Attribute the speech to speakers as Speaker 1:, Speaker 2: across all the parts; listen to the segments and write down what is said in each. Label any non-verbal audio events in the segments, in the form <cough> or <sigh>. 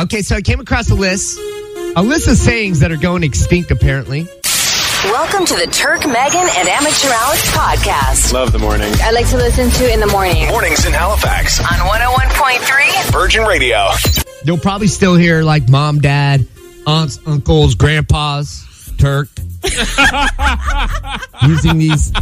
Speaker 1: Okay, so I came across a list. A list of sayings that are going extinct, apparently.
Speaker 2: Welcome to the Turk, Megan, and Amateur Alex podcast.
Speaker 3: Love the morning.
Speaker 2: I like to listen to in the morning oh on
Speaker 3: Mornings in Halifax.
Speaker 2: 101.3.
Speaker 3: Virgin Radio.
Speaker 1: You'll probably still hear like mom, dad, aunts, uncles, grandpas, Turk. <laughs> using these. <laughs>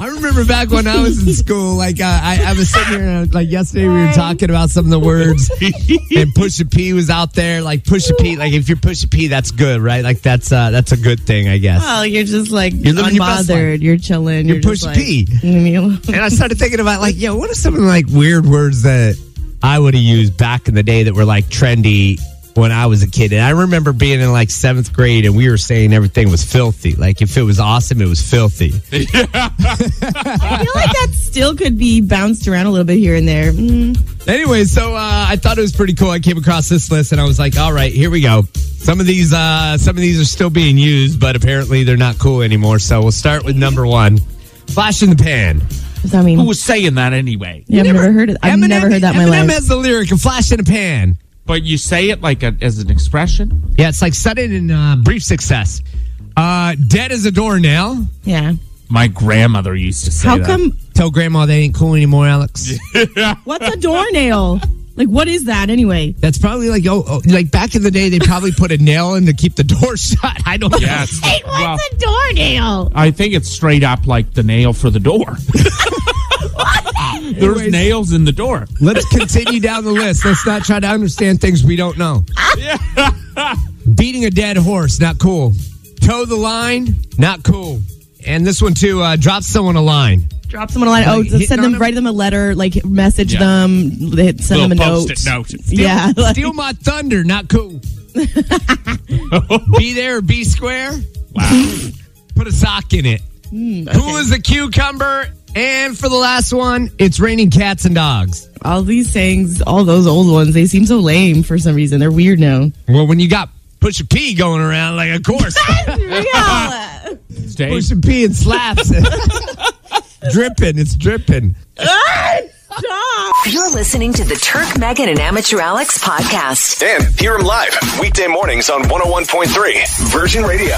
Speaker 1: I remember back when I was in school, like uh, I, I was sitting here, and I was- like yesterday we were talking about some of the words, and Pusha P was out there, like Pusha P, like if you're Pusha P, that's good, right? Like that's uh, that's a good thing, I guess.
Speaker 4: Oh, you're just like
Speaker 1: You're living your best
Speaker 4: unbothered. You're chilling. You're,
Speaker 1: Push
Speaker 4: just like,
Speaker 1: P.
Speaker 4: mm, you-
Speaker 1: and I started thinking about like, yo, what are some of the like weird words that I would have used back in the day that were like trendy when I was a kid? And I remember being in like seventh grade and we were saying everything was filthy. Like if it was awesome, it was filthy.
Speaker 4: <laughs> I feel like that still could be bounced around a little bit here and there. Mm.
Speaker 1: Anyway, so uh, I thought it was pretty cool. I came across this list and I was like, all right, here we go. Some of these, uh, some of these are still being used, but apparently they're not cool anymore. So we'll start with number one: flash in the pan.
Speaker 4: Does that mean?
Speaker 5: Who was saying that anyway?
Speaker 4: yeah, I've never, heard it. I've
Speaker 1: Eminem-
Speaker 4: never heard that in my
Speaker 1: Eminem
Speaker 4: life.
Speaker 1: has the lyric "a flash in a pan."
Speaker 5: But you say it like a, as an expression.
Speaker 1: Yeah, it's like sudden and uh, brief success. Uh, dead as a doornail.
Speaker 4: yeah.
Speaker 5: My grandmother used to say
Speaker 4: How
Speaker 5: that. <laughs>
Speaker 4: come?
Speaker 1: Tell grandma they ain't cool anymore, Alex.
Speaker 4: What's a doornail? like, what is that anyway?
Speaker 1: That's probably like oh, oh, like back in the day they probably put a nail in to keep the door <laughs> shut. I don't.
Speaker 5: Yes.
Speaker 4: Hey, what's
Speaker 5: Well,
Speaker 4: a doornail?
Speaker 5: I think it's straight up like the nail for
Speaker 4: <laughs>
Speaker 5: the door. <laughs> There's
Speaker 1: Anyways.
Speaker 5: nails in the door.
Speaker 1: Let's continue down the list. Let's not try to understand things we don't know. <laughs> Beating a dead horse, not cool. Toe the line, not cool. And this one too, uh, drop someone a line.
Speaker 4: Drop someone a line.
Speaker 1: Like,
Speaker 4: oh,
Speaker 1: hitting
Speaker 4: send
Speaker 1: on
Speaker 4: them,
Speaker 1: them?
Speaker 4: write them a letter, like message
Speaker 5: Yeah.
Speaker 4: them, hit- send them a
Speaker 5: Little
Speaker 4: note.
Speaker 5: post-it note.
Speaker 4: yeah. <laughs> like-
Speaker 1: Steal my thunder, not cool. <laughs> be there, be square.
Speaker 5: Wow.
Speaker 1: Put a sock in it. Who is the cucumber? And for the last one, it's raining cats and dogs.
Speaker 4: all these sayings, all those old ones, they seem so lame for some reason. They're weird <laughs> now.
Speaker 1: Well, when you got Pusha P going around, like, of <laughs> course,
Speaker 4: Real.
Speaker 5: Dave,
Speaker 1: Pusha P and slaps. <laughs> dripping, it's dripping.
Speaker 2: You're listening to the Turk, Megan, and Amateur Alex podcast.
Speaker 3: And hear him live weekday mornings on 101.3 Virgin Radio.